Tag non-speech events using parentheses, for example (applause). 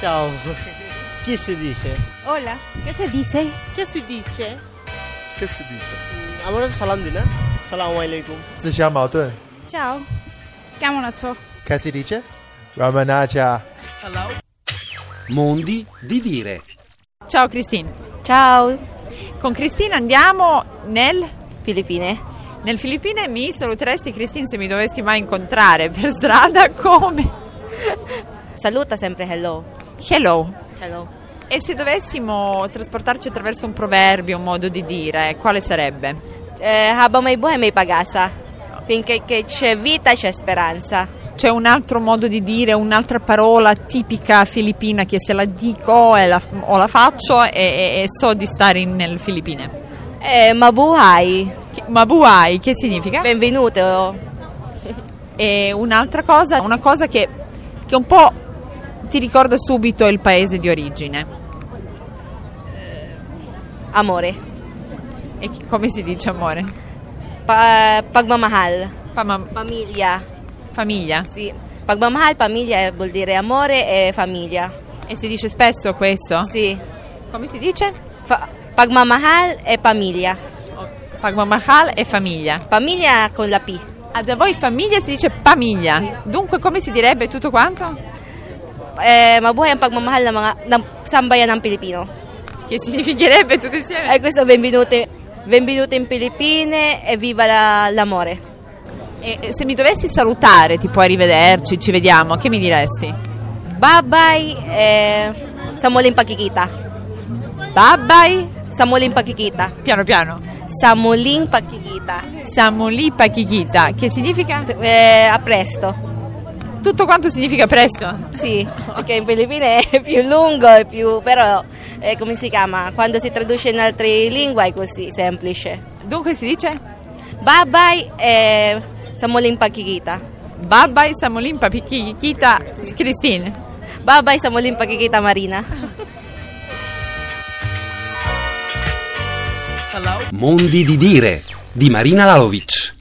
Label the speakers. Speaker 1: Ciao. Chi si dice?
Speaker 2: Hola, ¿qué se dice?
Speaker 3: Che si dice? Mm,
Speaker 4: Che si dice?
Speaker 1: আমরা তো সালাম দিই না সালাম আলাইকুম
Speaker 5: 自相矛盾。
Speaker 2: Ciao. Chiamo la ciò.
Speaker 5: Che si dice? Ramanaja.
Speaker 6: Mondi di dire.
Speaker 7: Ciao Cristina.
Speaker 8: Ciao,
Speaker 7: Con Cristina andiamo nel...
Speaker 8: Filippine.
Speaker 7: Nel Filippine mi saluteresti Cristina se mi dovessi mai incontrare (laughs) per strada come...
Speaker 8: Saluta sempre hello.
Speaker 7: Hello.
Speaker 8: Hello.
Speaker 7: E se dovessimo trasportarci attraverso un proverbio, un modo di dire, quale sarebbe?
Speaker 8: Eh, habang may buhay, may pag-asa. Finché che c'è vita, c'è speranza.
Speaker 7: C'è un altro modo di dire, un'altra parola tipica filippina che se la dico e la- o la faccio e, e- e so di stare in- nel Filippine.
Speaker 8: Eh, mabuhay.
Speaker 7: Che- Mabuhay, che significa?
Speaker 8: Benvenuto.
Speaker 7: E un'altra cosa, una cosa che, che un po' ti ricorda subito il paese di origine.
Speaker 8: Amore.
Speaker 7: E che- come si dice amore?
Speaker 8: Pa- pagmamahal.
Speaker 7: Fama-
Speaker 8: Famiglia.
Speaker 7: famiglia.
Speaker 8: Sì. Pagmamahal, famiglia eh, vuol dire amore e famiglia.
Speaker 7: E si dice spesso questo?
Speaker 8: Sì.
Speaker 7: Come si dice?
Speaker 8: Fa- pagmamahal e famiglia.
Speaker 7: Pagmamahal e famiglia.
Speaker 8: Famiglia con la P.
Speaker 7: Ah, da voi famiglia si dice famiglia. Dunque come si direbbe tutto quanto?
Speaker 8: Eh, mabuhay ang pagmamahal ng mga ng sambayan ng Pilipino.
Speaker 7: Che significherebbe tutto insieme?
Speaker 8: E questo benvenuti, benvenuti in Filippine e viva la- l'amore.
Speaker 7: E e se mi dovessi salutare, tipo arrivederci, ci vediamo, che mi diresti?
Speaker 8: Bye bye eh, sa muling pagkikita.
Speaker 7: Bye bye.
Speaker 8: Sa muling pagkikita.
Speaker 7: Piano piano.
Speaker 8: Sa muling pagkikita.
Speaker 7: Samulipa Kikita, che significa?
Speaker 8: Eh, a presto.
Speaker 7: Tutto quanto significa presto.
Speaker 8: Sì, perché in Filippine è (laughs) più lungo e più... però eh, come si chiama? Quando si traduce in altre lingue è così, semplice.
Speaker 7: Dunque si dice?
Speaker 8: Bye bye eh, sa muling pagkikita.
Speaker 7: Bye bye Samulipa Kikita Christine.
Speaker 8: Bye bye sa muling pagkikita Marina.
Speaker 6: Mondi di dire. Di Marina Lalovic.